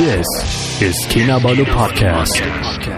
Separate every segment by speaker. Speaker 1: this is Kinabalu Podcast.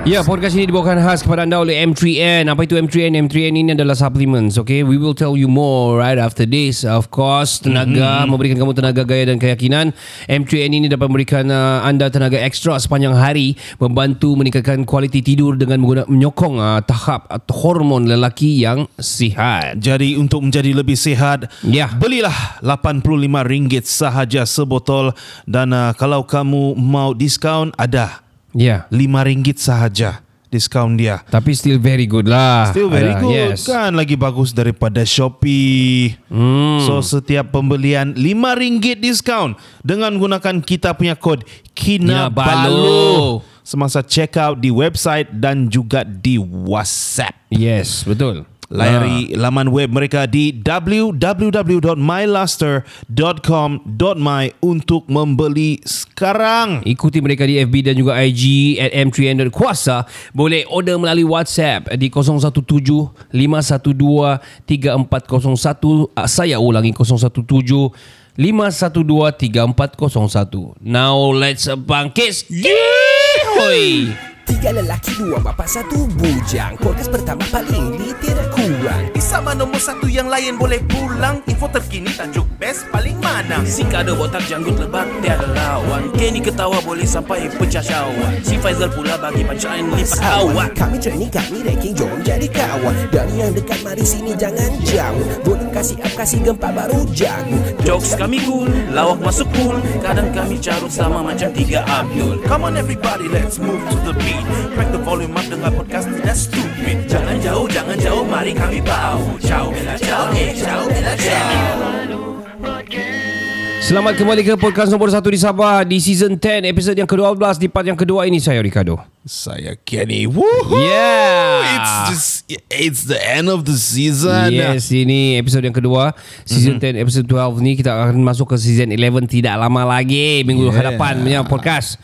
Speaker 2: Ya, podcast ini dibawakan khas kepada anda oleh M3N. Apa itu M3N? M3N ini adalah supplements, okay? We will tell you more right after this. Of course, tenaga, mm-hmm. memberikan kamu tenaga gaya dan keyakinan. M3N ini dapat memberikan uh, anda tenaga ekstra sepanjang hari, membantu meningkatkan kualiti tidur dengan mengguna, menyokong uh, tahap uh, hormon lelaki yang sihat.
Speaker 3: Jadi untuk menjadi lebih sihat,
Speaker 2: Ya.
Speaker 3: belilah RM85 sahaja sebotol dan uh, kalau kamu mau diskaun ada
Speaker 2: Ya.
Speaker 3: RM5 sahaja diskaun dia.
Speaker 2: Tapi still very good lah.
Speaker 3: Still very
Speaker 2: Alah,
Speaker 3: good
Speaker 2: Yes.
Speaker 3: kan lagi bagus daripada Shopee. Hmm. So setiap pembelian RM5 diskaun dengan gunakan kita punya kod
Speaker 2: Kinabalu.
Speaker 3: Kinabalu semasa check out di website dan juga di WhatsApp.
Speaker 2: Yes, betul.
Speaker 3: Layari laman web mereka di www.myluster.com.my untuk membeli sekarang.
Speaker 2: Ikuti mereka di FB dan juga IG at M3N Kuasa. Boleh order melalui WhatsApp di 017-512-3401. Ah, Saya ulangi 017 512-3401 Now let's bangkis Yeehoy
Speaker 4: Tiga lelaki, dua bapa, satu bujang Podcast pertama paling ini tidak kurang
Speaker 5: Di sama nombor satu yang lain boleh pulang Info terkini tajuk best paling mana Si kada botak janggut lebat tiada lawan Kenny ketawa boleh sampai pecah syawak Si Faizal pula bagi punchline lipat awak
Speaker 4: Kami cerni, kami ranking, jom jadi kawan Dan yang dekat, mari sini jangan jauh Volume kasih up, kasih gempa baru jago
Speaker 5: Jokes kami cool, lawak masuk pool Kadang kami carut sama macam tiga Abdul Come on everybody, let's move to the beat Crack the volume up dengan podcast tidak stupid Jangan jauh, jangan jauh, mari kami bau Ciao, bella, ciao, eh, ciao, bella, ciao
Speaker 2: Selamat kembali ke podcast nombor 1 di Sabah Di season 10 episod yang ke-12 Di part yang kedua ini saya Ricardo
Speaker 3: Saya Kenny. Woohoo!
Speaker 2: Yeah.
Speaker 3: It's just, it's the end of the season.
Speaker 2: Yes, ini episod yang kedua. Season mm-hmm. 10, episod 12 ni kita akan masuk ke season 11 tidak lama lagi minggu yeah.
Speaker 3: Yeah.
Speaker 2: hadapan punya podcast.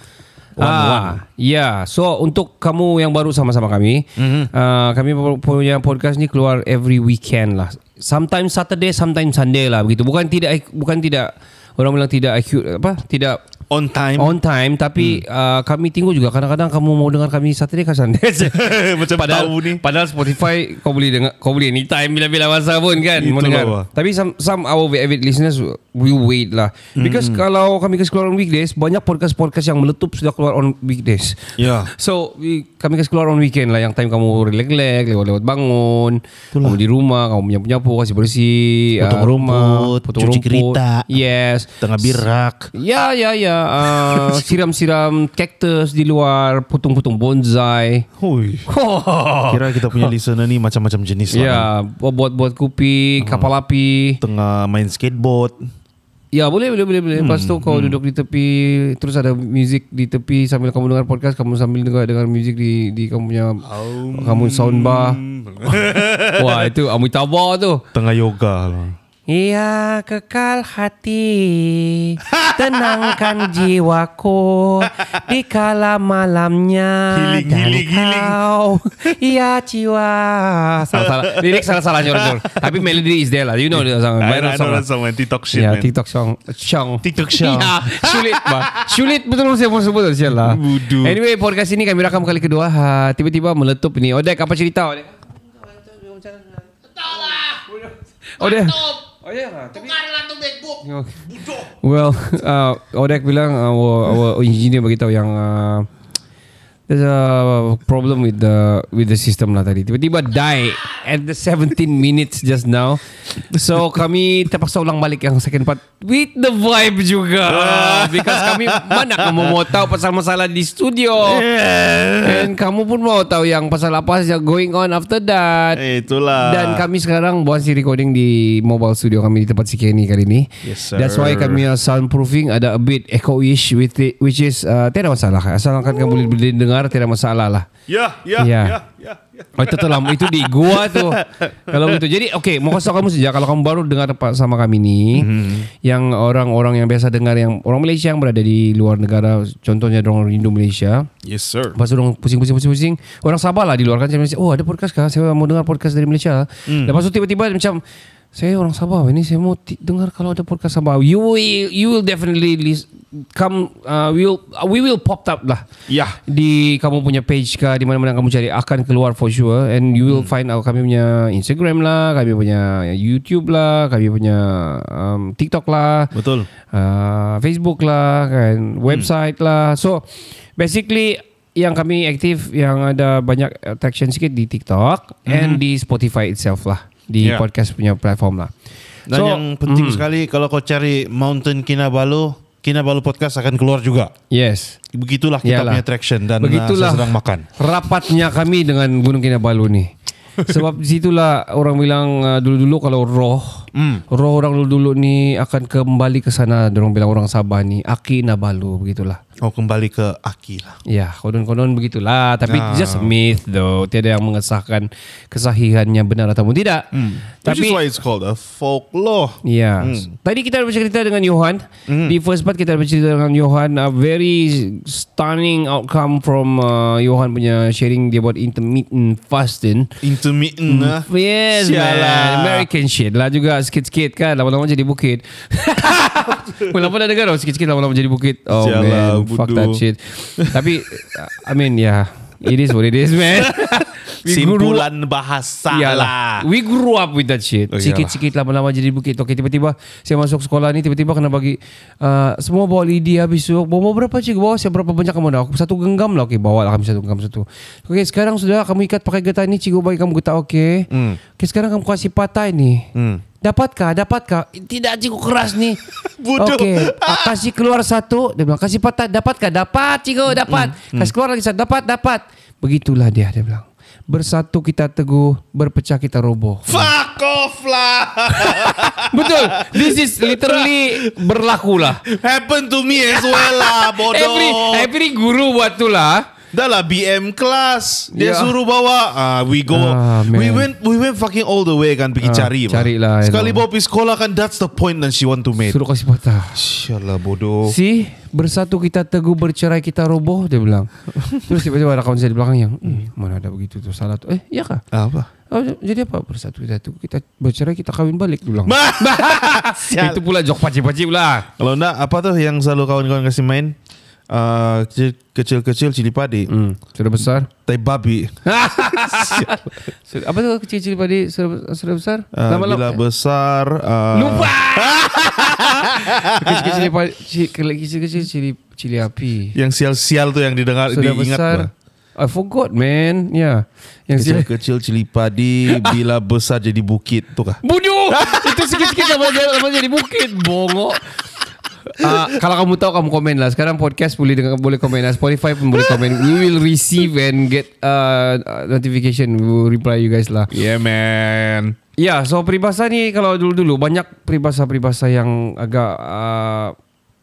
Speaker 3: One,
Speaker 2: Ya, yeah. so untuk kamu yang baru sama-sama kami, mm-hmm. uh, kami punya podcast ni keluar every weekend lah. Sometimes Saturday, sometimes Sunday lah begitu. Bukan tidak bukan tidak orang bilang tidak acute apa? Tidak
Speaker 3: On time.
Speaker 2: on time tapi hmm. uh, kami tunggu juga kadang-kadang kamu mau dengar kami Saturday ke Sunday
Speaker 3: Macam
Speaker 2: padahal,
Speaker 3: tahu ni.
Speaker 2: padahal Spotify kau boleh dengar kau boleh anytime bila-bila masa pun kan mau
Speaker 3: Itulah,
Speaker 2: dengar
Speaker 3: wah.
Speaker 2: tapi some, some our avid listeners we wait lah
Speaker 3: Hmm.
Speaker 2: because kalau kami kasi keluar on weekdays banyak podcast-podcast yang meletup sudah keluar on weekdays
Speaker 3: Ya.
Speaker 2: so we, kami kasi keluar on weekend lah yang time kamu relax-relax lewat-lewat bangun Itulah. kamu di rumah kamu menyapu-nyapu kasih bersih
Speaker 3: Potong
Speaker 2: ah, rumah,
Speaker 3: rumput, cuci kereta.
Speaker 2: yes
Speaker 3: Tengah birak.
Speaker 2: Ya, ya, ya. Uh, siram-siram kaktus di luar, potong-potong bonsai.
Speaker 3: Hui. Kira kita punya listener ni macam-macam jenis lah.
Speaker 2: Ya, buat-buat kopi, kapal api.
Speaker 3: Tengah main skateboard.
Speaker 2: Ya, boleh, boleh, boleh. boleh. Lepas tu kau duduk di tepi, terus ada muzik di tepi sambil kamu dengar podcast, kamu sambil dengar dengar muzik di di kamu punya kamu soundbar. Wah, itu Amitabha tu.
Speaker 3: Tengah yoga lah.
Speaker 2: Ia kekal hati Tenangkan jiwaku Di kala malamnya
Speaker 3: Healing,
Speaker 2: Dan
Speaker 3: healing, healing.
Speaker 2: kau Ia jiwa Salah-salah Lirik salah-salah Jordan Tapi melody is there lah You know the song
Speaker 3: I
Speaker 2: Viral
Speaker 3: know
Speaker 2: song
Speaker 3: that
Speaker 2: lah
Speaker 3: song man. TikTok
Speaker 2: Ya
Speaker 3: shit man.
Speaker 2: TikTok song Song
Speaker 3: TikTok song.
Speaker 2: Ya Sulit bah Sulit betul saya pun sebut Sial lah
Speaker 3: Bodoh.
Speaker 2: Anyway podcast ini kami rakam kali kedua ha, Tiba-tiba meletup ni Odek apa cerita Odek Odek
Speaker 6: Tukarlah tu MacBook.
Speaker 2: Well, uh, Odek bilang our, our engineer beritahu yang uh, there's a problem with the with the system lah tadi. Tiba-tiba die at the 17 minutes just now. So kami terpaksa ulang balik yang second part with the vibe juga because kami mana kamu mau tahu pasal masalah di studio. And kamu pun mau tahu yang pasal apa yang going on after that.
Speaker 3: Eh, Itulah.
Speaker 2: Dan kami sekarang buat si recording di mobile studio kami di tempat si Kenny kali ini.
Speaker 3: Yes, sir.
Speaker 2: That's why kami uh, soundproofing ada a bit echo-ish with it, which is uh, tiada masalah. Asalkan kamu boleh boleh dengar benar tidak masalah lah.
Speaker 3: Ya,
Speaker 2: Ya.
Speaker 3: ya, ya, ya, ya.
Speaker 2: Oh, itu telah itu di gua tuh. kalau begitu. Jadi oke, mau kasih tau kamu sejak kalau kamu baru dengar tempat sama kami ini,
Speaker 3: Mm-hmm.
Speaker 2: yang orang-orang yang biasa dengar yang orang Malaysia yang berada di luar negara, contohnya orang Indo Malaysia,
Speaker 3: Yes sir.
Speaker 2: Lepas tu orang pusing-pusing-pusing-pusing Orang sabar lah di luar kan Macam oh ada podcast kah Saya mau dengar podcast dari Malaysia hmm. Lepas tu tiba-tiba macam Saya orang Sabah ini Saya mau ti- dengar kalau ada podcast Sabah You will, you will definitely list, come uh, we, will, we will pop up lah
Speaker 3: Yah.
Speaker 2: Di kamu punya page kah Di mana-mana kamu cari Akan keluar for sure And you will find out Kami punya Instagram lah Kami punya YouTube lah Kami punya um, TikTok lah
Speaker 3: Betul.
Speaker 2: uh, Facebook lah kan
Speaker 3: Hmm.
Speaker 2: website lah so basically yang kami aktif yang ada banyak attraction sikit di TikTok
Speaker 3: Hmm.
Speaker 2: and di Spotify itself lah di
Speaker 3: Yeah.
Speaker 2: podcast punya platform lah
Speaker 3: Ya. Dan
Speaker 2: so hmm.
Speaker 3: yang penting sekali kalau kau cari Mountain Kinabalu, Kinabalu podcast akan keluar juga.
Speaker 2: yes
Speaker 3: Begitulah kita
Speaker 2: Yalah.
Speaker 3: punya traction dan uh,
Speaker 2: Begitulah
Speaker 3: saya sedang makan.
Speaker 2: Rapatnya kami dengan Gunung Kinabalu ni. Sebab di situlah orang bilang uh, dulu-dulu kalau roh,
Speaker 3: Hmm.
Speaker 2: roh orang dulu-dulu ni akan kembali ke sana. Orang bilang orang Sabah ni Akinabalu begitulah.
Speaker 3: Oh kembali ke Aki lah.
Speaker 2: Ya, konon-konon begitulah. Tapi
Speaker 3: Ah.
Speaker 2: just myth though. Tiada yang mengesahkan kesahihannya benar ataupun tidak.
Speaker 3: Which
Speaker 2: Tapi
Speaker 3: is why it's called a folklore.
Speaker 2: Ya. Tadi kita ada bercerita dengan Johan. Di first part kita ada bercerita dengan Johan a very stunning outcome from uh, Johan punya sharing dia buat intermittent fasting.
Speaker 3: Intermittent lah.
Speaker 2: Mm, Yes
Speaker 3: Sialah.
Speaker 2: man American shit lah juga Sikit-sikit kan Lama-lama jadi bukit Lama-lama dah dengar tau, Sikit-sikit lama-lama jadi bukit Oh
Speaker 3: Sialah,
Speaker 2: man Fuck
Speaker 3: lah, bodoh.
Speaker 2: that shit Tapi I mean yeah It is what it is man We grew up-
Speaker 3: Simpulan bahasa lah.
Speaker 2: Iyalah. We grew up with that shit.
Speaker 3: Oh, iyalah.
Speaker 2: Sikit-sikit lama-lama jadi bukit. Okey, tiba-tiba saya masuk sekolah ni tiba-tiba kena bagi uh, semua bawa lidi habis tu. Bawa, bawa berapa cik? Bawa siapa berapa banyak kamu dah? Aku satu genggam lah. Okey, bawa lah kami satu genggam satu. Okey, sekarang sudah kamu ikat pakai getah ni. Cikgu bagi kamu getah okey. Hmm. Okey, sekarang kamu kasih patah ni. Hmm. Dapatkah? Dapatkah? Tidak cikgu keras ni.
Speaker 3: Bodoh.
Speaker 2: Okey, ah, kasih keluar satu. Dia bilang kasih patah. Dapatkah? Dapat cikgu, dapat. Kasih keluar lagi satu. Dapat, dapat. Begitulah dia dia bilang. Bersatu kita teguh, berpecah kita roboh.
Speaker 3: Fuck off lah.
Speaker 2: Betul. This is literally berlaku lah.
Speaker 3: Happen to me as well lah, bodoh.
Speaker 2: Every every guru buat tu lah.
Speaker 3: Dah lah BM class
Speaker 2: Ya.
Speaker 3: Dia suruh bawa ah We go
Speaker 2: Ah, man.
Speaker 3: We went We went fucking all the way kan Pergi
Speaker 2: Ah,
Speaker 3: cari bah.
Speaker 2: cari lah, you
Speaker 3: Sekali
Speaker 2: know.
Speaker 3: bawa pergi sekolah kan That's the point that she want to make
Speaker 2: Suruh kasih patah.
Speaker 3: Sialah bodoh
Speaker 2: Si bersatu kita teguh bercerai kita roboh dia bilang. Terus tiba-tiba ada kawan saya di belakang yang "Hmm, mana ada begitu tu salah tu. Eh, iya kah?
Speaker 3: Apa?
Speaker 2: Oh, jadi apa bersatu kita teguh kita bercerai kita kawin balik dia bilang.
Speaker 3: Sial.
Speaker 2: Itu pula jok paci-paci pula.
Speaker 3: Kalau nak Apa tuh yang selalu kawan-kawan kasih main Ah, kecil- Kecil-kecil cili padi
Speaker 2: Hmm, sudah besar.
Speaker 3: Tai babi
Speaker 2: Sudah- apa tu kecil-kecil padi sudah, sudah besar?
Speaker 3: Ah, Bila besar ah,
Speaker 2: Lupa. kecil-kecil padi kecil-kecil cili cili api.
Speaker 3: Yang sial-sial tuh yang didengar
Speaker 2: Sudah
Speaker 3: diingat
Speaker 2: besar.
Speaker 3: lah.
Speaker 2: I forgot man. Yeah. Yang sila
Speaker 3: Kecil-kecil cili padi Bila besar jadi bukit Tuh kah?
Speaker 2: Bunuh Itu sikit-sikit sama sama jadi bukit Bongok Ah, kalau kamu tahu kamu komen lah Sekarang podcast boleh dengar, boleh komen lah Spotify pun boleh komen We will receive and get uh, notification We will reply you guys lah
Speaker 3: Yeah man
Speaker 2: Ya, so peribahasa ni kalau dulu-dulu banyak peribahasa-peribahasa yang agak uh,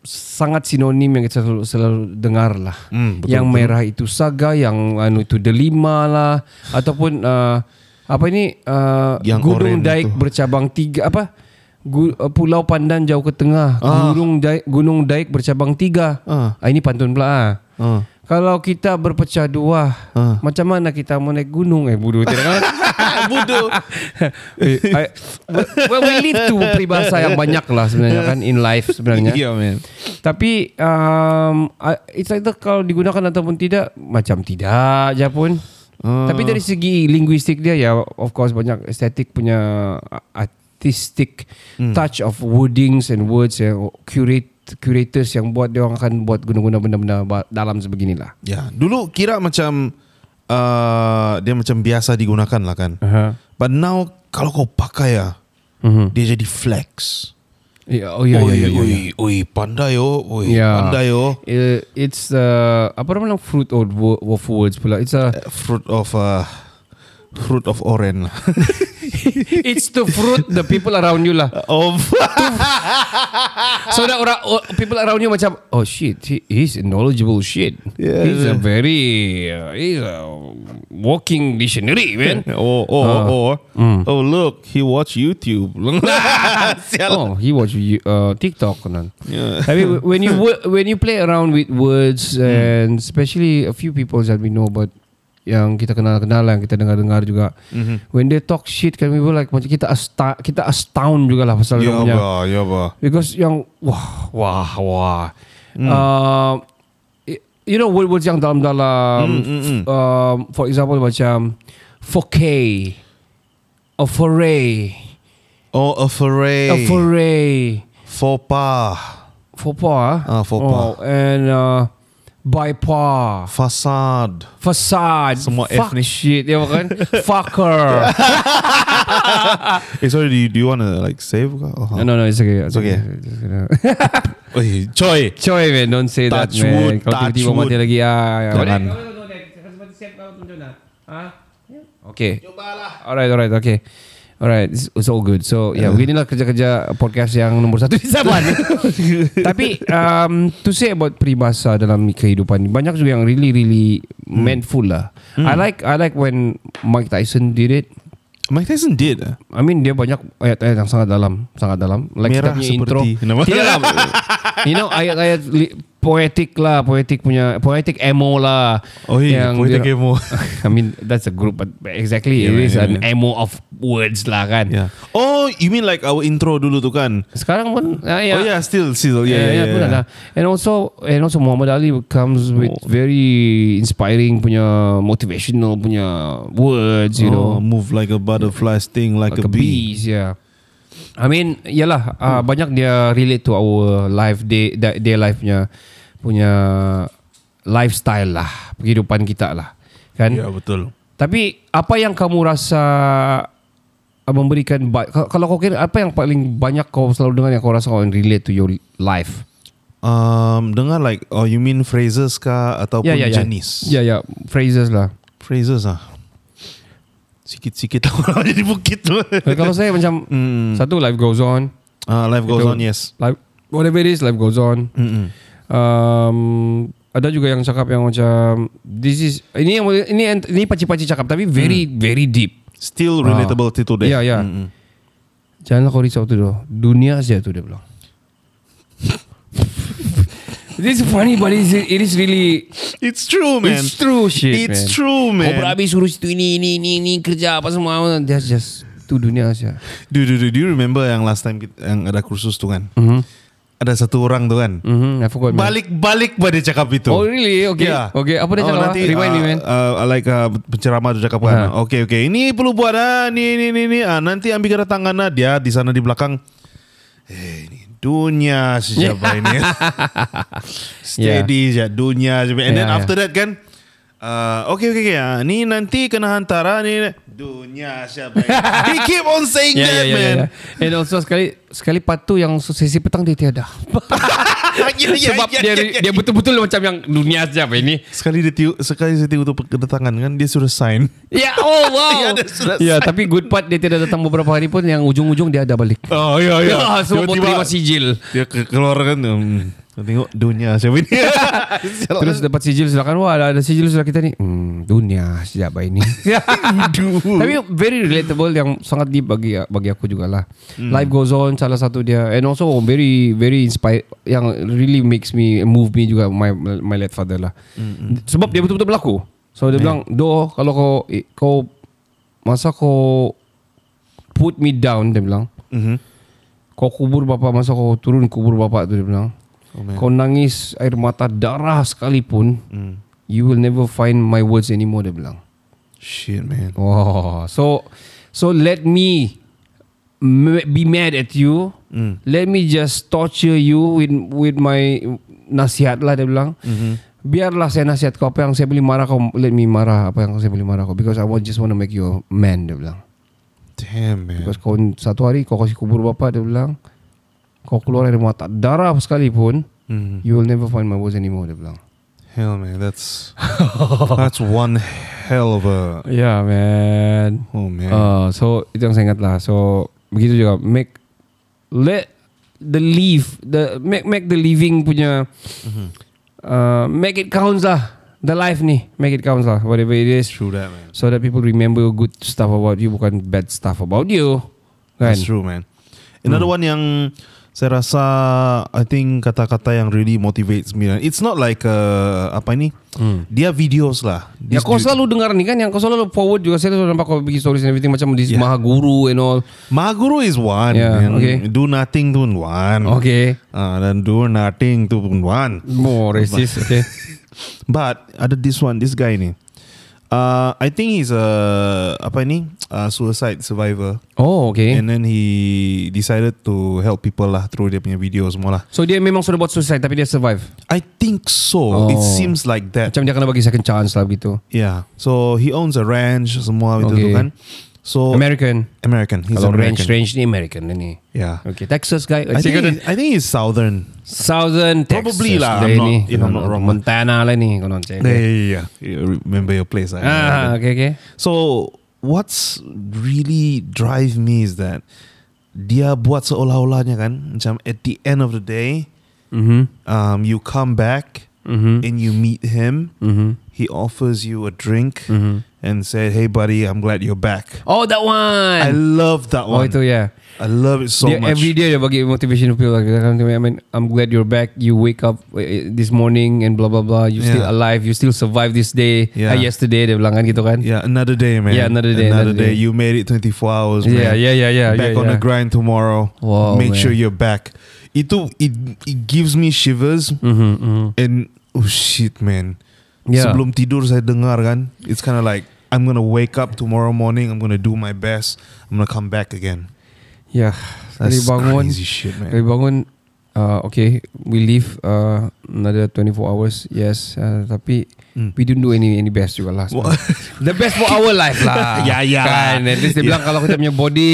Speaker 2: sangat sinonim yang kita selalu, selalu dengar lah.
Speaker 3: Hmm, betul,
Speaker 2: yang merah itu saga, yang anu itu delima lah, ataupun uh, apa ini uh,
Speaker 3: Yang
Speaker 2: gunung
Speaker 3: oranye
Speaker 2: daik
Speaker 3: itu.
Speaker 2: bercabang tiga apa? Gu, uh, Pulau Pandan jauh ke tengah,
Speaker 3: Ah.
Speaker 2: gunung daik, gunung daik bercabang tiga.
Speaker 3: Ah.
Speaker 2: Ah, ini pantun pula. Ah.
Speaker 3: Ah.
Speaker 2: Kalau kita berpecah dua,
Speaker 3: Ah.
Speaker 2: macam mana kita mau naik gunung? Eh, bodoh tidak kan?
Speaker 3: Bodoh
Speaker 2: Eh, I- well, we live to peribahasa yang banyak lah sebenarnya kan in life sebenarnya.
Speaker 3: Yeah man
Speaker 2: Tapi um, I- it's either kalau digunakan ataupun tidak macam tidak je pun. Tapi dari segi linguistik dia ya of course banyak estetik punya artistic touch of wordings and words yang curate curators yang buat dia orang akan buat guna-guna benda-benda ba- dalam sebeginilah.
Speaker 3: Ya, dulu kira macam uh, dia macam biasa digunakan lah kan.
Speaker 2: Aha.
Speaker 3: But now kalau kau pakai ya, dia jadi flex.
Speaker 2: Ya, oh ya
Speaker 3: oi,
Speaker 2: ya ya. ya,
Speaker 3: oi,
Speaker 2: ya.
Speaker 3: oi, pandai yo, oi,
Speaker 2: Yeah.
Speaker 3: pandai oh. yo.
Speaker 2: Uh, it's uh, apa nama lang fruit of, uh, wo- of words pula. It's a
Speaker 3: Fruit of uh, fruit of orange.
Speaker 2: It's to fruit the people around you lah.
Speaker 3: Of
Speaker 2: So that orang oh, people around you macam oh shit he, he's a knowledgeable shit.
Speaker 3: Yeah.
Speaker 2: He's a very uh, he's a walking dictionary man.
Speaker 3: Or or or oh look, he watch YouTube. Sial.
Speaker 2: Oh, he watch you- uh, TikTok kan.
Speaker 3: Yeah. Hmm.
Speaker 2: I mean, when you wo- when you play around with words and especially a few people that we know but yang kita kenal-kenal yang kita dengar-dengar juga.
Speaker 3: Mm-hmm.
Speaker 2: When they talk shit kan we were like macam kita asta kita astound juga lah pasal
Speaker 3: Ya
Speaker 2: dia punya.
Speaker 3: ba, ya ba.
Speaker 2: Because yang wah wah wah.
Speaker 3: Hmm.
Speaker 2: Uh, y- you know word-words yang dalam
Speaker 3: Hmm,
Speaker 2: dalam um, for example macam foray, a foray,
Speaker 3: Oh, a foray.
Speaker 2: a foray,
Speaker 3: Faux pas.
Speaker 2: faux pas.
Speaker 3: Ah, faux
Speaker 2: Oh,
Speaker 3: pas.
Speaker 2: and uh, by par,
Speaker 3: Fasad.
Speaker 2: facade,
Speaker 3: Semua F
Speaker 2: fuck
Speaker 3: ni.
Speaker 2: shit, ya kan? Fucker.
Speaker 3: Eh, sorry, do you, do you want to like save? Oh,
Speaker 2: no no, it's okay. It's
Speaker 3: okay. Oi, Choi.
Speaker 2: Coy man, don't say
Speaker 3: Touch
Speaker 2: that man.
Speaker 3: wood,
Speaker 2: Kalau
Speaker 3: touch
Speaker 2: tiba-tiba mati
Speaker 3: wood.
Speaker 2: lagi ah. Ya.
Speaker 3: Jangan.
Speaker 2: Okay. Alright, alright, okay. Alright, it's, it's all good. So, yeah, beginilah kerja-kerja podcast yang nombor satu di Saban. Tapi, um, to say about peribahasa dalam kehidupan, ni, banyak juga yang really, really
Speaker 3: Hmm.
Speaker 2: meaningful lah. I like, I like when Mike Tyson did it.
Speaker 3: Mike Tyson did. eh?
Speaker 2: I mean dia banyak ayat-ayat yang sangat dalam, sangat dalam. Like
Speaker 3: Merah
Speaker 2: kita punya intro.
Speaker 3: seperti nama.
Speaker 2: Tidak lah. you know ayat-ayat li- poetik lah, poetik punya poetic emo lah.
Speaker 3: Oh, yeah, poetic
Speaker 2: dia-
Speaker 3: emo.
Speaker 2: I mean that's a group but but exactly
Speaker 3: Yeah,
Speaker 2: it is
Speaker 3: yeah,
Speaker 2: an emo of words lah kan.
Speaker 3: Yeah. Oh, you mean like our intro dulu tu kan?
Speaker 2: Sekarang pun ah, ya.
Speaker 3: Oh yeah, still, still. Yeah, yeah, Oh. yeah.
Speaker 2: pun ada. lah. And also and also Muhammad Ali comes with very inspiring punya motivational punya words, you know.
Speaker 3: Oh, move like a butterfly, sting like,
Speaker 2: like
Speaker 3: Hmm.
Speaker 2: a bees, yeah. I mean, yalah uh, banyak dia relate to our life day day, day life punya punya lifestyle lah, kehidupan kita lah. Kan?
Speaker 3: Ya, yeah, betul.
Speaker 2: Tapi apa yang kamu rasa uh, memberikan ba- ka- kalau kau kira apa yang paling banyak kau selalu dengar yang kau rasa kau relate to your life?
Speaker 3: Um, dengar like, oh you mean phrases kah ataupun jenis?
Speaker 2: Ya, ya, phrases lah.
Speaker 3: Phrases ah. Sikit-sikit lah jadi bukit tu.
Speaker 2: kalau saya macam
Speaker 3: Hmm.
Speaker 2: satu life goes on,
Speaker 3: Ah, life goes
Speaker 2: Betul.
Speaker 3: on, yes.
Speaker 2: life whatever it is life goes on.
Speaker 3: Mm-mm.
Speaker 2: um, ada juga yang cakap yang macam this is ini yang ini ini paci-paci cakap tapi very hmm.
Speaker 3: Mm.
Speaker 2: very deep.
Speaker 3: Still relatable till today.
Speaker 2: Ya, ya.
Speaker 3: Mm-mm.
Speaker 2: Janganlah kau risau tu doh. Dunia saja tu dia bilang. This is funny but it is, it is really
Speaker 3: It's true, man.
Speaker 2: It's true shit
Speaker 3: It's
Speaker 2: man.
Speaker 3: true,
Speaker 2: Kau
Speaker 3: man.
Speaker 2: berhabis suruh situ ini ini ini ini kerja apa semua that's just tu dunia saja.
Speaker 3: Dude, dude, dude, do you remember yang last time kita, yang ada kursus tu kan?
Speaker 2: Mm-hmm.
Speaker 3: Ada satu orang tu kan?
Speaker 2: Mhm, I forgot. man.
Speaker 3: Balik-balik pada dia cakap itu.
Speaker 2: Oh really? Okay.
Speaker 3: Ya.
Speaker 2: Okay, apa dia cakap?
Speaker 3: nanti,
Speaker 2: ah? Remind
Speaker 3: uh,
Speaker 2: me man.
Speaker 3: Uh, like uh, penceramah tu cakap kan.
Speaker 2: Ha.
Speaker 3: Okay, okay. Ini perlu buat ah. Ni, ni, ni, ni. Ah, nanti ambil kena tangan ah. Dia di sana di belakang. Eh, ni dunia siapa ini? Steady yeah. je dunia je. And
Speaker 2: Ya,
Speaker 3: then
Speaker 2: ya.
Speaker 3: after that kan. Uh, okay, okay, okay. Ah, ni nanti kena hantar ah. Ni dunia siapa ini? He keep on saying
Speaker 2: Ya, ya,
Speaker 3: that,
Speaker 2: ya,
Speaker 3: man.
Speaker 2: ya. And also sekali sekali patu yang sesi petang dia tiada.
Speaker 3: Ya, ya,
Speaker 2: Sebab
Speaker 3: ya,
Speaker 2: dia
Speaker 3: ya, ya.
Speaker 2: dia betul-betul macam yang dunia saja apa ini.
Speaker 3: Sekali dia tiu, sekali dia tiu untuk kedatangan kan dia suruh sign.
Speaker 2: Ya oh wow.
Speaker 3: Ya, dia sudah
Speaker 2: ya tapi good part dia tidak datang beberapa hari pun yang ujung-ujung dia ada balik.
Speaker 3: Oh iya iya.
Speaker 2: Ya, semua buat terima sijil.
Speaker 3: Dia ke- keluar kan um, Tengok dunia siapa ni
Speaker 2: Terus dapat sijil silakan wah ada, ada sijil sudah kita ni. Hmm, dunia sejak apa ini. tapi very relatable yang sangat deep bagi bagi aku jugalah. Life goes on salah satu dia and also oh, very very inspire yang really makes me move me juga my my late father lah. Sebab dia betul-betul berlaku. So dia bilang, "Do kalau kau eh, kau masa kau put me down," dia bilang.
Speaker 3: mhm.
Speaker 2: Kau kubur bapa masa kau turun kubur bapa tu dia bilang.
Speaker 3: Oh, man.
Speaker 2: kau nangis air mata darah sekalipun, you will never find my words anymore dia bilang.
Speaker 3: Shit man
Speaker 2: Oh, so so let me m- be mad at you. Let me just torture you with with my nasihat lah dia bilang. Biarlah saya nasihat kau apa yang saya boleh marah kau let me marah apa yang saya boleh marah kau because I want just want to make you a man dia bilang.
Speaker 3: Damn man
Speaker 2: Because kau satu hari kau kasih kubur bapa dia bilang kau keluar dari mata darah sekalipun
Speaker 3: Mhm.
Speaker 2: you will never find my words anymore dia bilang.
Speaker 3: Hell man that's That's one hell of a
Speaker 2: Yeah man
Speaker 3: oh man.
Speaker 2: Uh, so itu yang saya ingat lah. So begitu juga make let the leave the make make the living punya
Speaker 3: Mm-hmm.
Speaker 2: uh, make it counts lah. The life ni make it counts lah. Whatever it is,
Speaker 3: True that man.
Speaker 2: so that people remember good stuff about you bukan bad stuff about you. Kan?
Speaker 3: That's true man. Another
Speaker 2: Hmm.
Speaker 3: one yang saya rasa I think kata-kata yang really motivates me. It's not like uh, apa ni?
Speaker 2: Hmm.
Speaker 3: Dia videos lah.
Speaker 2: Yang
Speaker 3: This
Speaker 2: kau
Speaker 3: dude-
Speaker 2: selalu dengar ni kan Yang kau selalu forward juga Saya selalu nampak kau bikin stories and everything Macam this
Speaker 3: Yeah.
Speaker 2: maha guru and all
Speaker 3: Maguru is one.
Speaker 2: Yeah,
Speaker 3: yang
Speaker 2: okay.
Speaker 3: Do nothing tu pun one.
Speaker 2: Okay
Speaker 3: Ah, dan do nothing tu pun one.
Speaker 2: More racist Okay
Speaker 3: But ada this one, this guy ni. Uh, I think he's a apa ni? Uh, suicide survivor.
Speaker 2: Oh okay
Speaker 3: And then he decided to help people lah through dia punya video semua lah.
Speaker 2: So dia memang sudah buat suicide Tapi dia survive
Speaker 3: I think so.
Speaker 2: Oh.
Speaker 3: It seems like that.
Speaker 2: Macam dia kena bagi second chance lah begitu
Speaker 3: yeah. So he owns a ranch semua itu tu
Speaker 2: Okay.
Speaker 3: kan. So
Speaker 2: American.
Speaker 3: American. He's
Speaker 2: Kalau range
Speaker 3: American.
Speaker 2: range ni American lah ni.
Speaker 3: Yeah.
Speaker 2: Okay, Texas guy.
Speaker 3: I think, he- I think he's southern.
Speaker 2: Southern Texas.
Speaker 3: Probably lah,
Speaker 2: guy
Speaker 3: I'm not-
Speaker 2: ni.
Speaker 3: if I'm not wrong.
Speaker 2: Montana lah ni kalau nak cakap.
Speaker 3: Yeah, yeah, yeah. You Remember your place. I-
Speaker 2: Ah, okay, okay.
Speaker 3: So what's really drive me is that dia buat seolah-olahnya kan macam at the end of the day
Speaker 2: Mhm.
Speaker 3: um, you come back
Speaker 2: Mhm.
Speaker 3: and you meet him
Speaker 2: Mhm.
Speaker 3: he offers you a drink
Speaker 2: Mm-hmm.
Speaker 3: and said hey buddy I'm glad you're back
Speaker 2: Oh, that one.
Speaker 3: I love that
Speaker 2: oh,
Speaker 3: one
Speaker 2: itu ya.
Speaker 3: I love it so
Speaker 2: dia
Speaker 3: much
Speaker 2: every day dia bagi motivation to people like I mean, I'm glad you're back. You wake up eh, this morning and blah blah blah. You still
Speaker 3: Yeah.
Speaker 2: alive. You still survive this day. Ah,
Speaker 3: Yeah.
Speaker 2: yesterday dia bilang kan gitu kan.
Speaker 3: yeah another day man
Speaker 2: Yeah, another day,
Speaker 3: another,
Speaker 2: another day.
Speaker 3: day. you made it 24 hours
Speaker 2: yeah,
Speaker 3: man.
Speaker 2: yeah, yeah, yeah.
Speaker 3: back
Speaker 2: yeah,
Speaker 3: on
Speaker 2: yeah.
Speaker 3: the grind tomorrow.
Speaker 2: Wow,
Speaker 3: Make
Speaker 2: man.
Speaker 3: sure you're back. Itu it it gives me shivers
Speaker 2: Mm-hmm,
Speaker 3: and oh shit man.
Speaker 2: Yeah.
Speaker 3: Sebelum tidur saya dengar kan, it's kind of like I'm gonna wake up tomorrow morning. I'm gonna do my best. I'm gonna come back again.
Speaker 2: Yeah. Sekali
Speaker 3: That's
Speaker 2: bangun.
Speaker 3: crazy shit, man.
Speaker 2: Sekali bangun. Uh, okay, we leave uh, another 24 hours. Yes, uh, tapi
Speaker 3: Hmm.
Speaker 2: we didn't do any any best juga lah.
Speaker 3: Wha-
Speaker 2: The best for our life lah.
Speaker 3: Ya, ya.
Speaker 2: Kan? At least dia
Speaker 3: Ya. Hmm.
Speaker 2: bilang kalau kita punya body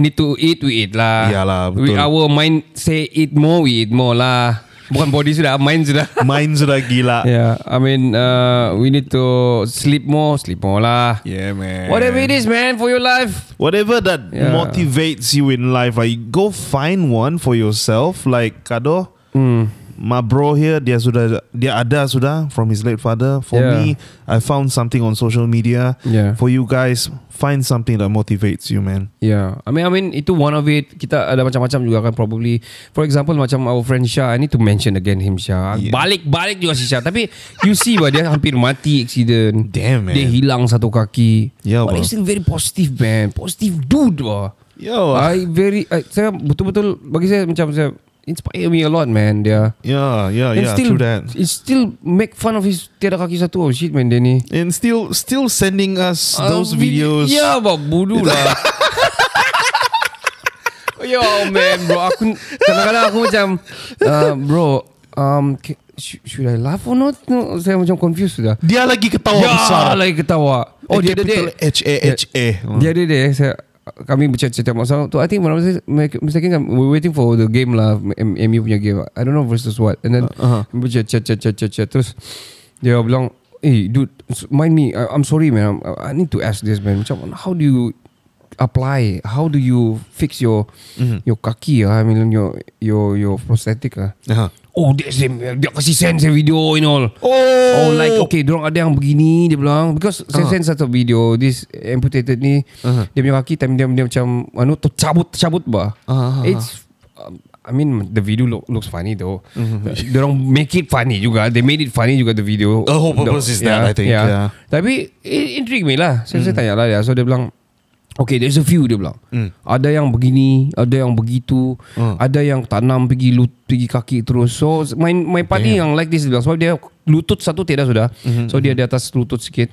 Speaker 2: need to eat, we eat lah.
Speaker 3: Ya lah,
Speaker 2: We,
Speaker 3: betul.
Speaker 2: our mind say eat more, we eat more lah. Bukan body sudah, mind sudah.
Speaker 3: Mind sudah gila.
Speaker 2: yeah, I mean uh, we need to sleep more, sleep more lah.
Speaker 3: Yeah, man.
Speaker 2: Whatever it is, man, for your life.
Speaker 3: Whatever that
Speaker 2: Yeah.
Speaker 3: motivates you in life, like go find one for yourself. Like Kado,
Speaker 2: Hmm.
Speaker 3: my bro here, dia sudah dia ada sudah from his late father. For
Speaker 2: Yeah.
Speaker 3: me, I found something on social media.
Speaker 2: Yeah.
Speaker 3: For you guys, find something that motivates you, man.
Speaker 2: Yeah, Ya, I mean, I mean itu one of it. Kita ada macam-macam juga kan probably. For example macam our friend Shah. I need to mention again him Shah.
Speaker 3: Yeah.
Speaker 2: Balik-balik juga si Shah. Tapi you see bah dia hampir mati accident.
Speaker 3: Damn, man.
Speaker 2: Dia hilang satu kaki.
Speaker 3: Yeah,
Speaker 2: But
Speaker 3: bah.
Speaker 2: he's still very positive man. Positive dude bah.
Speaker 3: Yo,
Speaker 2: I very I, saya betul-betul bagi saya macam saya inspire me a lot man dia.
Speaker 3: yeah, yeah, Oh, yeah,
Speaker 2: still
Speaker 3: true that.
Speaker 2: it still make fun of his tiada kaki satu oh shit man dia ni.
Speaker 3: And still, still sending us
Speaker 2: Uh,
Speaker 3: those
Speaker 2: vid-
Speaker 3: videos.
Speaker 2: Ya bah bodoh lah Yo man bro Aku Kadang-kadang aku macam uh, Bro um, k- sh- Should I laugh or not no, Saya macam confused sudah
Speaker 3: Dia lagi ketawa Oh,
Speaker 2: Ya
Speaker 3: besar.
Speaker 2: lagi ketawa Oh dia ada dia
Speaker 3: H A H A.
Speaker 2: Dia ada dia eh. Saya kami bercakap-cakap masa tu I think when I was mistaken kan, we waiting for the game lah M- MU punya game I don't know versus what and then uh, uh-huh. bercakap-cakap terus dia bilang eh dude s- mind me I, I'm sorry man I'm, I need to ask this man macam how do you apply how do you fix your your kaki ah I mean your your your prosthetic ah
Speaker 3: Uh-huh.
Speaker 2: Oh dia, dia, dia kasih send saya video and all Oh Oh like okay Diorang ada yang begini Dia bilang Because saya
Speaker 3: Uh-huh.
Speaker 2: send satu video This amputated ni uh-huh. Dia punya kaki time dia, dia macam Anu tercabut Tercabut bah
Speaker 3: Ah, ah, ah.
Speaker 2: It's um, I mean the video look, looks funny though. Mm-hmm. Diorang make it funny juga. They made it funny juga the video.
Speaker 3: The whole purpose is that, I think, yeah.
Speaker 2: Tapi it intrigue me lah. So
Speaker 3: Hmm.
Speaker 2: saya tanya lah dia. So dia bilang Okay there's a few dia bilang Ada yang begini Ada yang begitu
Speaker 3: Hmm.
Speaker 2: Ada yang tanam pergi lut, pergi kaki terus So my, my party yang like this dia bilang Sebab dia lutut satu tiada sudah
Speaker 3: Hmm,
Speaker 2: So dia di atas lutut sikit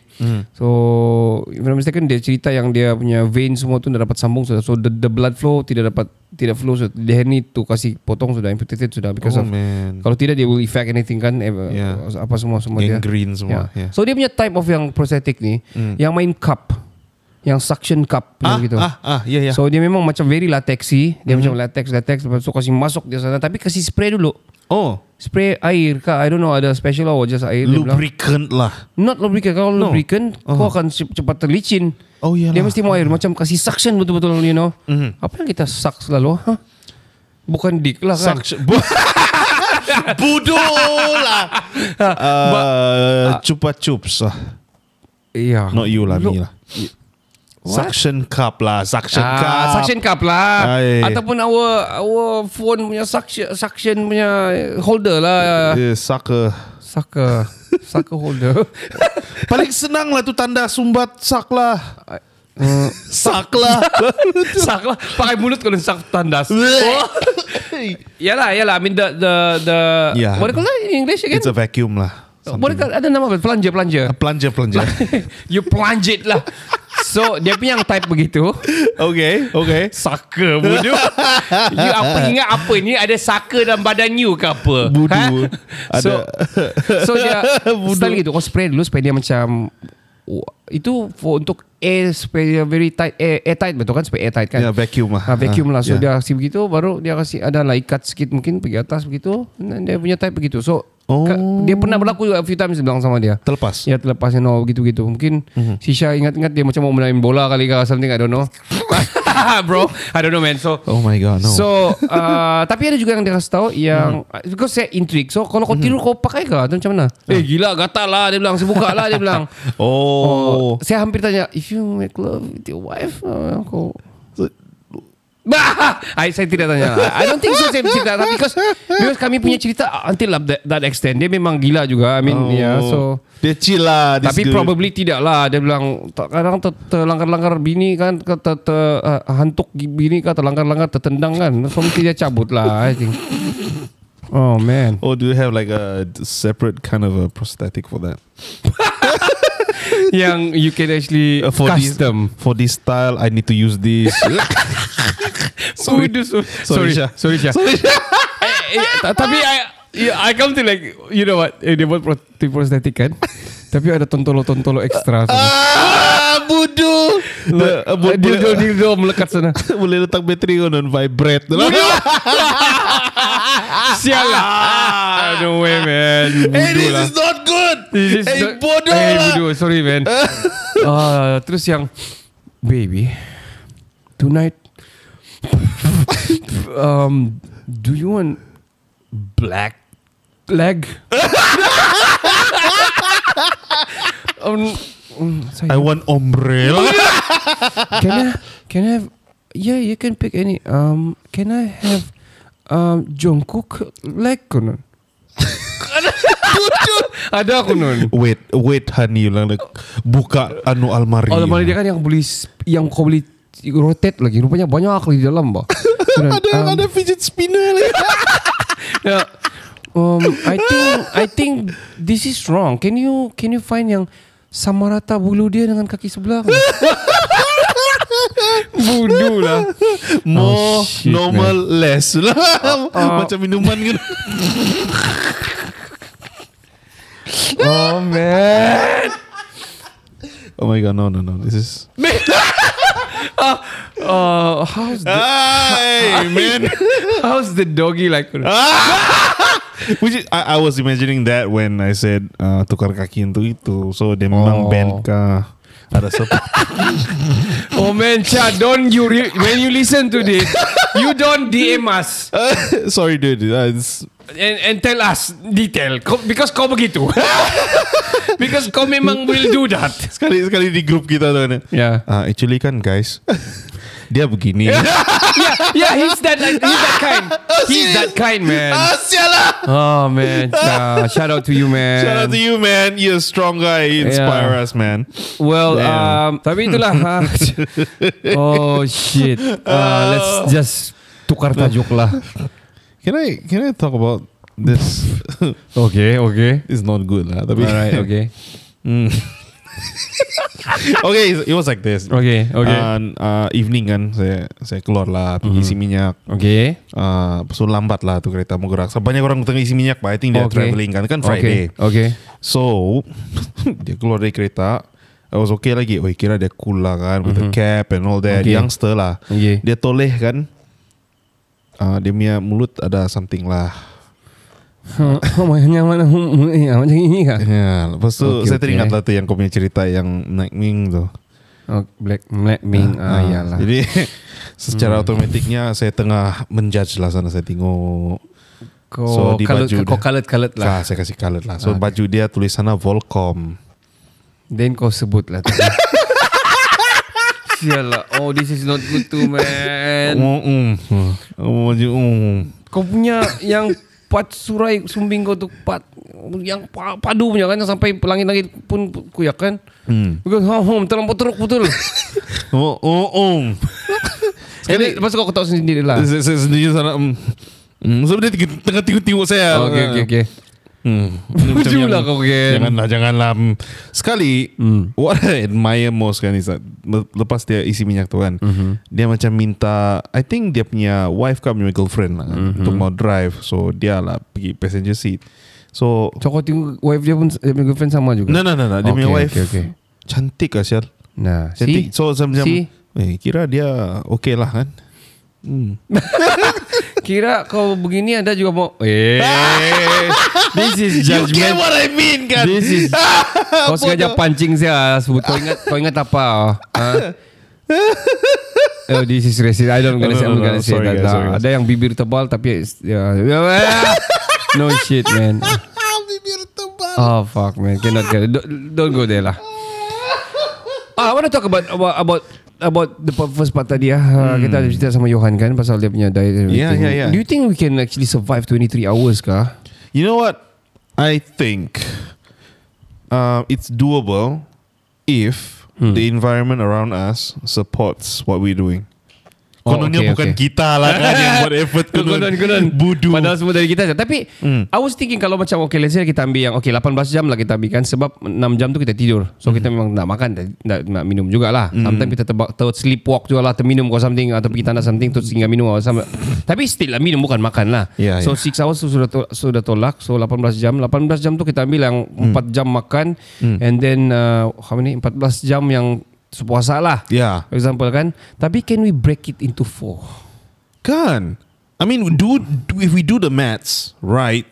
Speaker 2: So if I'm not mistaken dia cerita yang dia punya vein semua tu dah dapat sambung sudah So the, the blood flow tidak dapat Tidak flow sudah Dia ni tu kasih potong sudah Amputated sudah Because
Speaker 3: Oh,
Speaker 2: of
Speaker 3: man.
Speaker 2: Kalau tidak dia will affect anything kan eh,
Speaker 3: Yeah.
Speaker 2: Apa semua semua dia
Speaker 3: Gangrene semua, yeah.
Speaker 2: So dia punya type of yang prosthetic ni Yang main cup yang suction cup
Speaker 3: Hmm. Ah,
Speaker 2: yang gitu.
Speaker 3: ah, ah, ya, Hmm. ya.
Speaker 2: So dia memang macam very latexy, dia macam latex latex lepas tu kasi masuk dia sana tapi kasi spray dulu.
Speaker 3: Oh,
Speaker 2: Spray air ke I don't know ada special or just air dia bilang.
Speaker 3: lubricant lah.
Speaker 2: Not lubricant Kalau no. lubricant oh. Kau akan cep- cepat terlicin
Speaker 3: Oh, Hmm. iyalah.
Speaker 2: Dia mesti mau air Macam kasih suction betul-betul You know mm-hmm. Apa yang kita suck selalu ha? Bukan dick lah kan
Speaker 3: Suction. Bu- Bodoh lah. Uh, Chupa Chups lah.
Speaker 2: Iya
Speaker 3: Not you lah, me
Speaker 2: Look.
Speaker 3: lah. Suction cup lah. Suction
Speaker 2: Ah,
Speaker 3: cup.
Speaker 2: suction cup lah
Speaker 3: Ay.
Speaker 2: Ataupun our Our phone punya suction, suction punya Holder lah
Speaker 3: Eh, sucker.
Speaker 2: Sucker Sucker holder
Speaker 3: Paling senang lah tu tanda sumbat sak lah.
Speaker 2: uh,
Speaker 3: Sak lah.
Speaker 2: Suck lah Pakai mulut kalau suck tandas Yalah yalah I mean the The, the
Speaker 3: Yeah.
Speaker 2: What do you call that in English again
Speaker 3: Ya. It's a vacuum lah.
Speaker 2: What do you call Ada nama apa Pelanja-pelanja
Speaker 3: Pelanja pelanja.
Speaker 2: you plunge it lah. So dia punya yang type begitu.
Speaker 3: okay, okay.
Speaker 2: Saka bodoh. you apa ingat apa ni ada saka dalam badan you ke apa? Ha?
Speaker 3: Bodoh.
Speaker 2: So, so dia
Speaker 3: Bodoh.
Speaker 2: style gitu. Kau spray dulu supaya dia macam Wah, itu for untuk air supaya dia very tight air, air tight betul kan supaya air tight kan
Speaker 3: Ya, vacuum lah.
Speaker 2: ha, vacuum
Speaker 3: Ah,
Speaker 2: lah so
Speaker 3: ya.
Speaker 2: dia kasih begitu baru dia kasih ada lah ikat sikit mungkin pergi atas begitu dan dia punya type begitu so
Speaker 3: Oh.
Speaker 2: ka- dia pernah berlaku juga a few times dia bilang sama dia
Speaker 3: Terlepas.
Speaker 2: Ya terlepas you know gitu-gitu Mungkin Shisha ingat-ingat dia macam mau main bola kali ke Something I don't know Bro I don't know man So
Speaker 3: Oh my god, no.
Speaker 2: So uh, Tapi ada juga yang dia kasih tahu Yang Because saya intrigue So kalau kau tidur kau pakai ke Atau macam mana Hmm. Eh gila gatal lah Dia bilang Saya buka lah Dia bilang
Speaker 3: oh.
Speaker 2: Saya hampir tanya If you make love with your wife uh, Kau Bah, I, saya tidak tanya. I don't think so saya cerita tapi because, because kami punya cerita until up that, that extent dia memang gila juga. I mean,
Speaker 3: Oh.
Speaker 2: yeah, so
Speaker 3: Dia chill lah. this
Speaker 2: tapi
Speaker 3: dude.
Speaker 2: probably tidak lah Dia bilang "Tak- Kadang ter, terlanggar-langgar bini kan ter, ter, ter, uh, Hantuk bini kan Terlanggar-langgar tertendang kan Suami dia cabut lah I think Oh man
Speaker 3: Oh, do you have like a separate kind of a prosthetic for that?
Speaker 2: Yang you can actually
Speaker 3: Uh, for
Speaker 2: Custom
Speaker 3: this for this style, I need to use this.
Speaker 2: sorry. sorry, sorry,
Speaker 3: Sorry, Syah.
Speaker 2: sorry, Syah. Eh, eh, ta- tapi I, yeah, I come to like, you know what? Eh, dia buat pro- tip prosthetic kan? tapi ada tontolo-tontolo ekstra. sana.
Speaker 3: ah, bodoh.
Speaker 2: Like,
Speaker 3: The- uh, bo-
Speaker 2: dildo, dildo melekat sana.
Speaker 3: boleh letak bateri kau dan vibrate.
Speaker 2: Sial lah. No way, man.
Speaker 3: hey,
Speaker 2: Bodoh
Speaker 3: this
Speaker 2: lah.
Speaker 3: is not good.
Speaker 2: This is
Speaker 3: hey,
Speaker 2: not-
Speaker 3: bodoh
Speaker 2: Hey,
Speaker 3: lah.
Speaker 2: bodoh. Sorry, man. Ah, terus yang baby tonight um do you want black leg? um, mm, sorry.
Speaker 3: I want ombrella.
Speaker 2: can I can I have yeah you can pick any um can I have um Jungkook leg konon? Ada konon.
Speaker 3: wait, wait, honey. Lang, like, buka anu almari.
Speaker 2: Oh, lemari dia kan yang boleh sp- yang kau boleh rotate lagi. Rupanya banyak lagi di dalam, bah.
Speaker 3: ada
Speaker 2: Ah.
Speaker 3: ada fidget spinner lagi.
Speaker 2: Yeah. Um, I think I think this is wrong. Can you can you find yang sama rata bulu dia dengan kaki sebelah? Budu lah.
Speaker 3: More
Speaker 2: shit, Ah,
Speaker 3: normal less lah. Macam minuman gitu.
Speaker 2: Oh man.
Speaker 3: Oh my god, no, no, no. This is.
Speaker 2: Uh, Ah, how's the,
Speaker 3: Hey, man.
Speaker 2: how's the doggy like?
Speaker 3: Which is, I, I was imagining that when I said uh, tukar kaki untuk itu. So dia
Speaker 2: Oh.
Speaker 3: memang bend kah. Ada support.
Speaker 2: Oh man, Cha, don't you re- when you listen to this, you don't DM us
Speaker 3: Sorry dude. Uh, it's-
Speaker 2: and and tell us detail Kau- because kau begitu. because kau memang will do that.
Speaker 3: sekali sekali di grup kita tuh. kan.
Speaker 2: Yeah.
Speaker 3: Uh, actually kan guys. dia begini.
Speaker 2: Ya, yeah, yeah, he's that like, he's that kind. He's that kind, man.
Speaker 3: Asyala.
Speaker 2: Oh man, uh, shout out to you, man.
Speaker 3: Shout out to you man. You're a strong guy. You inspire
Speaker 2: Yeah.
Speaker 3: us man.
Speaker 2: Well,
Speaker 3: Damn.
Speaker 2: um, tapi itulah. ha. oh shit. Uh, let's just tukar tajuk lah.
Speaker 3: Can I can I talk about this?
Speaker 2: Okay, okay.
Speaker 3: it's not good lah. Tapi
Speaker 2: Alright, okay,
Speaker 3: okay, it was like this.
Speaker 2: okay, okay, Mm-hmm.
Speaker 3: Uh, uh, evening kan saya saya keluar lah pergi isi minyak.
Speaker 2: okay.
Speaker 3: Uh, so lambat lah tuh kereta mau gerak. So, Banyak orang tengah isi minyak pak. I think dia kan?
Speaker 2: Okay.
Speaker 3: traveling kan kan Friday.
Speaker 2: Okay, okay.
Speaker 3: So dia keluar dari kereta. I was okay lagi Wah kira dia cool lah kan With the cap and all
Speaker 2: Mhm.
Speaker 3: that
Speaker 2: Okay.
Speaker 3: Youngster lah
Speaker 2: Okay.
Speaker 3: Dia toleh kan uh, Dia punya mulut ada something lah
Speaker 2: Oh my nyaman ya, macam ini kah?
Speaker 3: Ya, lepas tu
Speaker 2: Okay,
Speaker 3: saya
Speaker 2: okay.
Speaker 3: teringat lah tu yang kau punya cerita yang Nightwing tu.
Speaker 2: Oh, black black ming ah,
Speaker 3: Ah,
Speaker 2: iyalah. Hmm.
Speaker 3: Jadi secara automatiknya saya tengah menjudge lah sana saya tengok.
Speaker 2: Kau
Speaker 3: so, di
Speaker 2: kalut
Speaker 3: baju
Speaker 2: Oh, kau
Speaker 3: dia.
Speaker 2: kalut kalut
Speaker 3: Lah.
Speaker 2: lah.
Speaker 3: saya kasih color lah.
Speaker 2: Ah,
Speaker 3: So
Speaker 2: okay.
Speaker 3: baju dia tulis sana Volcom.
Speaker 2: Then kau sebut lah tadi. Sial lah. Oh this is not good too man.
Speaker 3: Oh, um.
Speaker 2: Hmm.
Speaker 3: Oh, baju um.
Speaker 2: Kau punya yang pat surai sumbing kau tu pat yang pa- padu punya kan yang sampai langit-langit pun kuyak kan. Hmm. Because home home terlampau teruk betul.
Speaker 3: Oh, oh, um.
Speaker 2: Sekali lepas tu kau ketawa sendiri lah.
Speaker 3: Saya saya sendiri sana um. Hmm, so dia tiga- tengah tengok-tengok saya.
Speaker 2: Oh, okay okay okay.
Speaker 3: Hmm. Ini macam
Speaker 2: Baju
Speaker 3: yang-
Speaker 2: lah kau, Ken.
Speaker 3: Janganlah, janganlah. Hmm. Sekali, what I admire most kan is that le- lepas dia isi minyak tu kan, dia macam minta, I think dia punya wife kan, punya girlfriend lah kan, untuk mau drive. So, dia lah pergi passenger seat. So,
Speaker 2: Cokot tengok wife dia pun dia punya girlfriend sama juga.
Speaker 3: no, no, no, no. Dia punya
Speaker 2: Okay,
Speaker 3: wife
Speaker 2: okay, okay.
Speaker 3: cantik lah Syal.
Speaker 2: Nah,
Speaker 3: Cantik.
Speaker 2: see?
Speaker 3: So, macam, macam
Speaker 2: See?
Speaker 3: eh, kira dia okay lah kan.
Speaker 2: Kira kau begini ada juga mau. Eh. This is judgment.
Speaker 3: what I mean kan?
Speaker 2: This is Kau sengaja pancing saya sebut kau ingat kau ingat apa? Ha? Oh, this is racist. I don't gonna
Speaker 3: No,
Speaker 2: say, I'm
Speaker 3: no, no,
Speaker 2: not gonna
Speaker 3: no.
Speaker 2: say
Speaker 3: Sorry,
Speaker 2: that.
Speaker 3: guys, sorry,
Speaker 2: lah.
Speaker 3: guys.
Speaker 2: Ada yang bibir tebal tapi yeah. no shit, man.
Speaker 6: Bibir tebal.
Speaker 2: Oh fuck, man. Cannot get it. Don't, don't go there lah. Ah, I want to talk about about about about the p- first part tadi ah. Hmm. Kita ada cerita sama Johan kan pasal dia punya diet and
Speaker 3: Yeah,
Speaker 2: everything.
Speaker 3: yeah, yeah.
Speaker 2: Do you think we can actually survive 23 hours kah?
Speaker 3: You know what? I think uh, it's doable if
Speaker 2: Hmm.
Speaker 3: the environment around us supports what we're doing.
Speaker 2: Oh,
Speaker 3: Kononnya
Speaker 2: okay,
Speaker 3: bukan
Speaker 2: okay.
Speaker 3: kita lah kan yang buat effort konon,
Speaker 2: Konon, konon.
Speaker 3: Budu.
Speaker 2: Padahal semua dari kita saja. Tapi
Speaker 3: Hmm.
Speaker 2: I was thinking kalau macam okay let's say kita ambil yang okay 18 jam lah kita ambil kan sebab 6 jam tu kita tidur. So kita
Speaker 3: Hmm.
Speaker 2: memang nak makan dan nak, nak minum jugalah. Sometimes kita terba, ter sleepwalk jugalah terminum kau something atau pergi tanah something terus hingga minum atau sama. Tapi still lah minum bukan makan lah.
Speaker 3: Ya,
Speaker 2: so
Speaker 3: ya.
Speaker 2: 6 hours tu sudah to, sudah tolak. So 18 jam, 18 jam tu kita ambil yang
Speaker 3: Hmm.
Speaker 2: 4 jam makan and then uh, how many 14 jam yang puasa lah.
Speaker 3: Yeah.
Speaker 2: For example kan. Tapi can we break it into four?
Speaker 3: Kan? I mean, do, do if we do the maths right,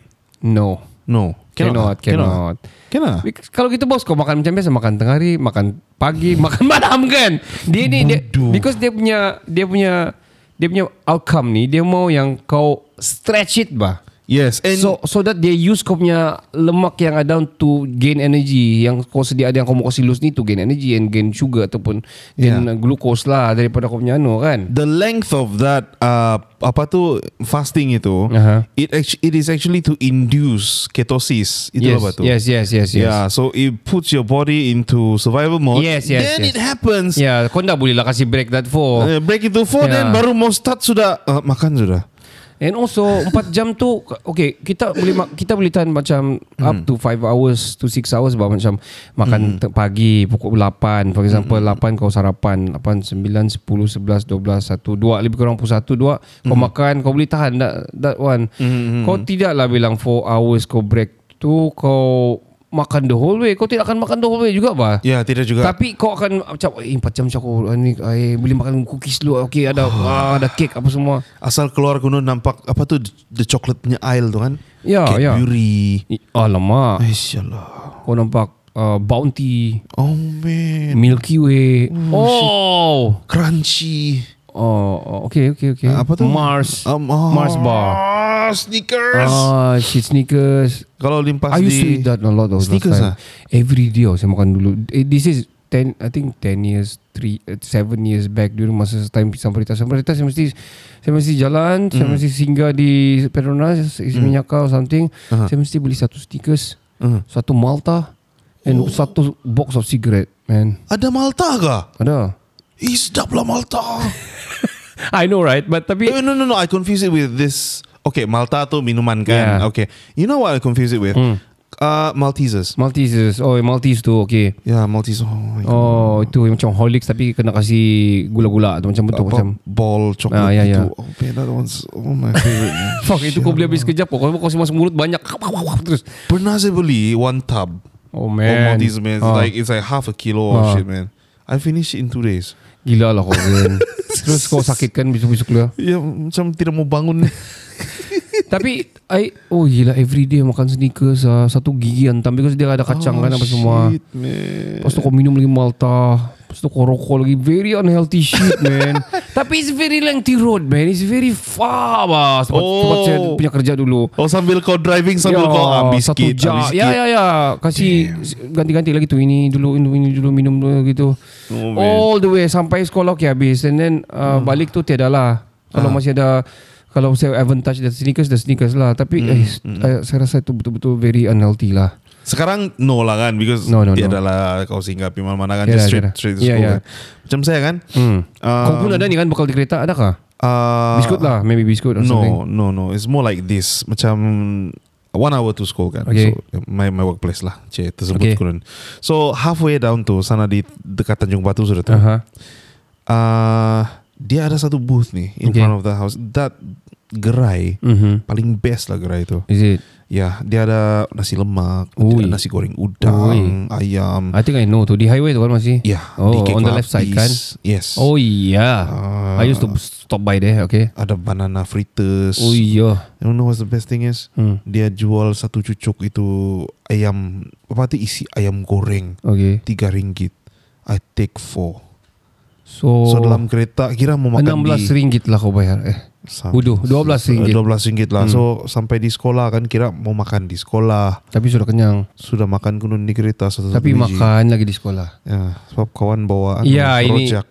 Speaker 2: No.
Speaker 3: no.
Speaker 2: Cannot, cannot.
Speaker 3: Cannot. Ah. cannot.
Speaker 2: Because Kalau gitu bos kau makan macam biasa makan tengah hari, makan pagi, makan malam kan. Dia ni dia
Speaker 3: Bodoh.
Speaker 2: because dia punya dia punya dia punya outcome ni dia mau yang kau stretch it bah.
Speaker 3: Yes. And
Speaker 2: so so that they use kau punya lemak yang ada to gain energy yang kau sedia ada yang kau mau kasih lose ni to gain energy and gain sugar ataupun gain
Speaker 3: Yeah.
Speaker 2: glucose lah daripada kau punya anu kan.
Speaker 3: the length of that uh, apa tu fasting itu
Speaker 2: Aha.
Speaker 3: it actu- it is actually to induce ketosis itu
Speaker 2: yes,
Speaker 3: apa tu
Speaker 2: yes, yes, yes, yes.
Speaker 3: yeah so it puts your body into survival mode
Speaker 2: Yes, yes,
Speaker 3: then
Speaker 2: yes.
Speaker 3: it happens
Speaker 2: Yeah, kau dah boleh lah kasih break that for.
Speaker 3: Uh, break into four
Speaker 2: Yeah.
Speaker 3: then baru mau start sudah uh, makan sudah
Speaker 2: And also 4 jam tu Okay Kita boleh ma- kita boleh tahan macam
Speaker 3: Hmm.
Speaker 2: Up to 5 hours To 6 hours bah, Macam Makan te- pagi Pukul 8 For example
Speaker 3: Hmm.
Speaker 2: 8 kau sarapan 8, 9, 10, 11, 12, 1 2 Lebih kurang pukul 1, 2
Speaker 3: Hmm.
Speaker 2: Kau makan Kau boleh tahan That, that one Kau tidaklah bilang 4 hours Kau break tu Kau Makan the whole way Kau tidak akan makan the whole way juga bah
Speaker 3: ya tidak juga
Speaker 2: tapi kau akan macam eh 4 jam macam aku ah, ni eh, boleh makan cookies dulu okey ada ah, ada cake apa semua
Speaker 3: asal keluar kuno nampak apa tu the chocolate punya aisle tu kan
Speaker 2: Ya, ya.
Speaker 3: Cadbury
Speaker 2: I- Alamak
Speaker 3: Eh, Insyaallah.
Speaker 2: Kau nampak uh, Bounty
Speaker 3: Oh man,
Speaker 2: Milky Way
Speaker 3: Hmm.
Speaker 2: Oh
Speaker 3: crunchy.
Speaker 2: Oh oh, Okay okay okay
Speaker 3: Apa tu?
Speaker 2: Mars
Speaker 3: Um, oh.
Speaker 2: Mars bar
Speaker 3: Oh, sneakers.
Speaker 2: Ah, shit sneakers
Speaker 3: Kalau limpas
Speaker 2: I used to
Speaker 3: di
Speaker 2: eat that a lot of
Speaker 3: Sneakers
Speaker 2: time.
Speaker 3: ah?
Speaker 2: Every day oh, saya makan dulu eh, This is 10 I think 10 years 3 7 years back during masa time Samparita Samparita saya mesti saya mesti jalan saya
Speaker 3: Hmm.
Speaker 2: mesti singgah di Petronas isi minyak or something
Speaker 3: Uh-huh.
Speaker 2: saya mesti beli satu sneakers satu Malta and
Speaker 3: Oh.
Speaker 2: satu box of cigarette man
Speaker 3: Ada Malta kah?
Speaker 2: ada
Speaker 3: Ih, sedap lah Malta.
Speaker 2: Eh. I know right But tapi
Speaker 3: Eh, no, no, no. I confuse it with this. Okay, Malta tu minuman kan?
Speaker 2: Yeah. Hmm.
Speaker 3: Okay. You know what I confuse it with? Uh, Maltesers.
Speaker 2: Maltesers Oh Maltese tu okay
Speaker 3: Yeah, Maltesers. Oh, my God.
Speaker 2: Oh itu yang macam Horlicks Tapi kena kasih Gula-gula tu Macam betul
Speaker 3: Apa,
Speaker 2: macam
Speaker 3: ball
Speaker 2: Ah,
Speaker 3: chocolate
Speaker 2: yeah,
Speaker 3: gitu.
Speaker 2: yeah.
Speaker 3: Oh, man, that one's oh my favorite. man.
Speaker 2: Fuck itu kau beli habis kejap Kau kau masuk mulut banyak Terus
Speaker 3: Pernah saya beli one tub.
Speaker 2: Oh man.
Speaker 3: Maltese man. It's
Speaker 2: Ah.
Speaker 3: Like it's like half a kilo of
Speaker 2: Ah.
Speaker 3: shit, man. I finished it in two days.
Speaker 2: Gila lah kau man. Terus kau sakit kan besok-besok lah.
Speaker 3: Ya, macam tidak mau bangun.
Speaker 2: Tapi I Oh gila every day makan sneakers ah, Satu gigi hantam Because dia ada kacang kan apa semua
Speaker 3: Oh, Shit, man.
Speaker 2: Lepas tu kau minum lagi Malta Lepas tu kau rokok lagi Very unhealthy shit man Tapi it's very lengthy road man It's very far bah Sebab,
Speaker 3: Oh.
Speaker 2: sebab saya punya kerja dulu Ya,
Speaker 3: Oh sambil kau driving sambil kau ah,
Speaker 2: satu
Speaker 3: biskit,
Speaker 2: jam.
Speaker 3: ah, biskit.
Speaker 2: Ya ya ya Kasih ganti-ganti lagi tu Ini dulu ini, ini dulu minum dulu gitu
Speaker 3: Oh, man.
Speaker 2: All the way Sampai sekolah okay, habis And then uh, balik tu tiada lah Kalau masih ada Kalau saya haven't touch the sneakers The sneakers lah Tapi eh, saya- saya rasa itu betul-betul Very unhealthy lah
Speaker 3: Sekarang no lah kan because
Speaker 2: No, no,
Speaker 3: dia
Speaker 2: no.
Speaker 3: adalah kau singgapi mana-mana kan
Speaker 2: Tiada,
Speaker 3: just straight,
Speaker 2: tiada.
Speaker 3: straight to
Speaker 2: Ya,
Speaker 3: school
Speaker 2: ya.
Speaker 3: kan. Macam saya kan.
Speaker 2: hmm.
Speaker 3: Um,
Speaker 2: Kau pun ada ni kan Bekal di kereta ada kah?
Speaker 3: uh,
Speaker 2: Biskut lah Maybe biskut or something
Speaker 3: No, no, no. It's more like this. Macam one hour to school kan.
Speaker 2: Okay.
Speaker 3: So, my my workplace lah. Cik, tersebut
Speaker 2: Okay.
Speaker 3: okay. kurun. So halfway down tu sana di dekat Tanjung Batu sudah tu.
Speaker 2: Aha.
Speaker 3: Uh-huh. Uh, dia ada satu booth ni in
Speaker 2: Okay.
Speaker 3: okay. front of the house. That gerai
Speaker 2: Mhm.
Speaker 3: paling best lah gerai itu.
Speaker 2: Is it?
Speaker 3: Ya, dia ada nasi lemak,
Speaker 2: Ui.
Speaker 3: dia ada nasi goreng udang, ayam.
Speaker 2: I think I know tu Di highway tu kan masih
Speaker 3: Ya,
Speaker 2: Oh
Speaker 3: Cake
Speaker 2: on the
Speaker 3: Club
Speaker 2: left side
Speaker 3: is-
Speaker 2: kan
Speaker 3: Yes.
Speaker 2: Oh yeah
Speaker 3: Ah.
Speaker 2: I used to stop by there Okay
Speaker 3: ada banana fritters.
Speaker 2: Oh yeah
Speaker 3: You know what's the best thing is?
Speaker 2: Hmm.
Speaker 3: Dia jual satu cucuk itu ayam apa tu isi ayam goreng
Speaker 2: Okay
Speaker 3: tiga ringgit. I take four.
Speaker 2: So,
Speaker 3: So dalam kereta kira mau makan
Speaker 2: 16
Speaker 3: di Ah.
Speaker 2: ringgit lah kau bayar eh.
Speaker 3: Sam-
Speaker 2: Uduh, 12 ringgit.
Speaker 3: 12 ringgit lah.
Speaker 2: Hmm.
Speaker 3: So sampai di sekolah kan kira mau makan di sekolah
Speaker 2: Tapi sudah kenyang.
Speaker 3: sudah makan kunun di kereta satu
Speaker 2: Tapi makan lagi di sekolah.
Speaker 3: Ya, sebab kawan bawa anu,
Speaker 2: Ya, ini-
Speaker 3: rojak.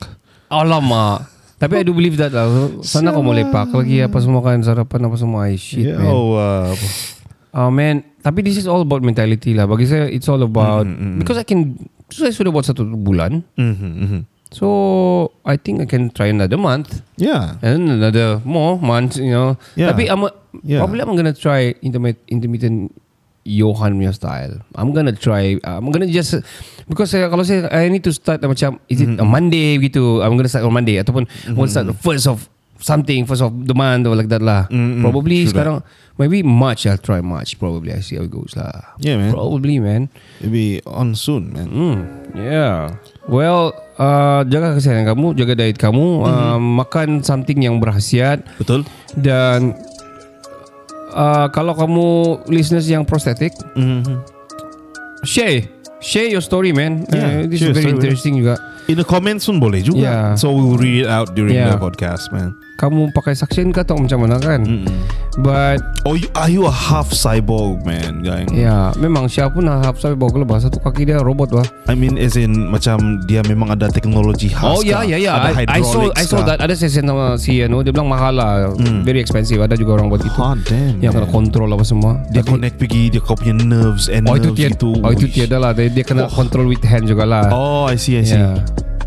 Speaker 2: Alamak. Tapi I do believe that lah. So, Sana kau mau lepak lagi apa semua kan sarapan apa semua. Ay, shit
Speaker 3: Ya
Speaker 2: man.
Speaker 3: Allah. apa.
Speaker 2: Ah man. Tapi this is all about mentality lah. Bagi saya it's all about
Speaker 3: Mm,
Speaker 2: because I can saya sudah buat satu bulan.
Speaker 3: Mhm, mhm.
Speaker 2: So I think I can try another month
Speaker 3: Ya.
Speaker 2: and another more months, you know.
Speaker 3: Yeah.
Speaker 2: Tapi I'm a,
Speaker 3: Yeah.
Speaker 2: probably I'm gonna try intermittent intermittent Johan punya style. I'm gonna try. I'm gonna just because saya kalau saya I need to start macam is it a
Speaker 3: Mm-hmm.
Speaker 2: Monday gitu. I'm gonna start on Monday ataupun mm-hmm. will start the first of something first of the month or like that lah.
Speaker 3: Mm, mm,
Speaker 2: Probably
Speaker 3: true
Speaker 2: sekarang maybe March I'll try March probably I see how it goes lah.
Speaker 3: Yeah, Ya, man.
Speaker 2: Probably man.
Speaker 3: It'll be on soon, man.
Speaker 2: Hmm, yeah. Well, uh, jaga kesihatan kamu, jaga diet kamu, uh,
Speaker 3: Mhm.
Speaker 2: makan something yang berhasiat
Speaker 3: Betul?
Speaker 2: dan uh, kalau kamu listeners yang prostetik,
Speaker 3: Mhm.
Speaker 2: share share your story man.
Speaker 3: Yeah,
Speaker 2: Uh, this is
Speaker 3: share your
Speaker 2: very
Speaker 3: story,
Speaker 2: interesting juga.
Speaker 3: In the comments pun boleh
Speaker 2: Yeah.
Speaker 3: juga. So we will read it out during
Speaker 2: Yeah.
Speaker 3: the podcast, man.
Speaker 2: Kamu pakai suction ke atau macam mana kan?
Speaker 3: Mhm.
Speaker 2: But
Speaker 3: Oh, you, are you a half cyborg, man? Gang?
Speaker 2: ya, yeah, memang siapa pun harap sampai bawa keluar bahasa tu kaki dia robot lah.
Speaker 3: I mean, as in macam dia memang ada teknologi khas.
Speaker 2: Oh ya
Speaker 3: kah?
Speaker 2: ya ya.
Speaker 3: Ada
Speaker 2: I, I saw I
Speaker 3: hydraulics
Speaker 2: saw
Speaker 3: kah? Hmm.
Speaker 2: that ada session sama si Anu dia bilang mahal lah, very expensive. Ada juga orang buat gitu.
Speaker 3: Hot damn.
Speaker 2: yang kena
Speaker 3: man.
Speaker 2: kontrol apa semua.
Speaker 3: Dia
Speaker 2: Tapi-
Speaker 3: connect pergi dia kau punya nerves and
Speaker 2: Oh itu
Speaker 3: nerves
Speaker 2: tiada,
Speaker 3: gitu.
Speaker 2: oh itu
Speaker 3: Wish.
Speaker 2: tiada lah. Dia, dia kena control with hand juga lah.
Speaker 3: Oh, I see, I see.
Speaker 2: Yeah.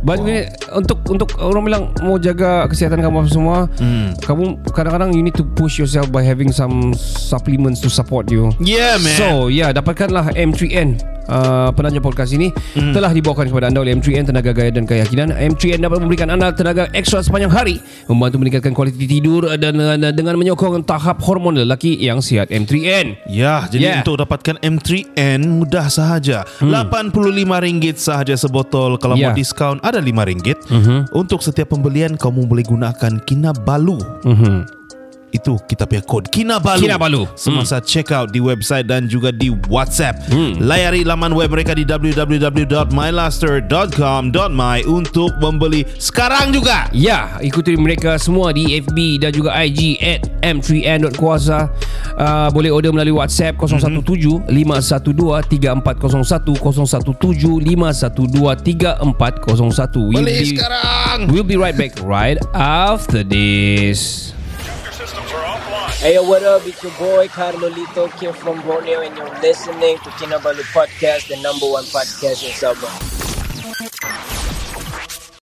Speaker 2: But wow. untuk untuk orang bilang mau jaga kesihatan kamu apa semua,
Speaker 3: Hmm.
Speaker 2: kamu kadang-kadang you need to push yourself by having some supplements to support you.
Speaker 3: Yeah, man.
Speaker 2: So ya yeah, dapatkanlah M3N uh, penanya podcast ini
Speaker 3: Hmm.
Speaker 2: telah dibawakan kepada anda oleh M3N Tenaga Gaya dan Keyakinan M3N dapat memberikan anda tenaga ekstra sepanjang hari Membantu meningkatkan kualiti tidur dan, dan dengan menyokong tahap hormon lelaki yang sihat M3N
Speaker 3: Ya, jadi
Speaker 2: Yeah. Hmm.
Speaker 3: untuk dapatkan M3N mudah sahaja. RM85 sahaja sebotol. Kalau
Speaker 2: Yeah. Mm-hmm.
Speaker 3: mau diskaun ada RM5. Untuk setiap pembelian kamu boleh gunakan Kinabalu. Itu kita punya kod Kinabalu.
Speaker 2: Mm-hmm. Kinabalu. Mm.
Speaker 3: Semasa check out di website dan juga di WhatsApp.
Speaker 2: Hmm.
Speaker 3: Layari laman web mereka di www.mylaster.com.my untuk membeli sekarang juga.
Speaker 2: Ya, ikuti mereka semua di FB dan juga IG at m3n.kuasa. Uh, boleh order melalui WhatsApp 017 512 3401 017 512 3401. We'll
Speaker 3: Beli
Speaker 2: be,
Speaker 3: sekarang.
Speaker 2: we'll be right back right after this.
Speaker 7: Hey, yo, what up? It's your boy Carlolito Kim from Borneo, and you're listening to Kinabalu Podcast, the number one podcast in Sabah.